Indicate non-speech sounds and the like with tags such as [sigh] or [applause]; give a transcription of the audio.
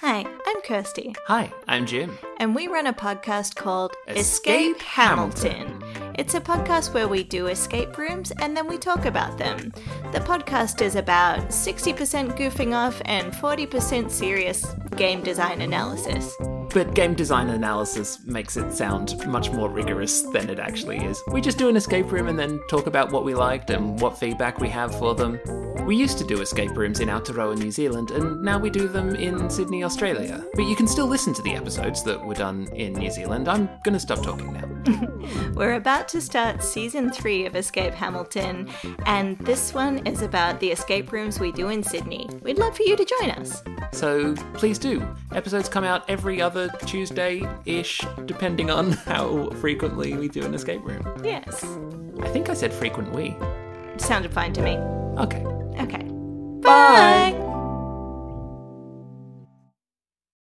Hi, I'm Kirsty, Hi, I'm Jim. and we run a podcast called Escape Hamilton. It's a podcast where we do escape rooms and then we talk about them. The podcast is about 60% goofing off and 40% serious game design analysis. But game design analysis makes it sound much more rigorous than it actually is. We just do an escape room and then talk about what we liked and what feedback we have for them. We used to do escape rooms in Aotearoa, New Zealand, and now we do them in Sydney, Australia. But you can still listen to the episodes that were done in New Zealand. I'm gonna stop talking now. [laughs] We're about to start season three of Escape Hamilton, and this one is about the escape rooms we do in Sydney. We'd love for you to join us. So please do. Episodes come out every other Tuesday ish, depending on [laughs] how frequently we do an escape room. Yes, I think I said frequent we. sounded fine to me. Okay. Okay. Bye.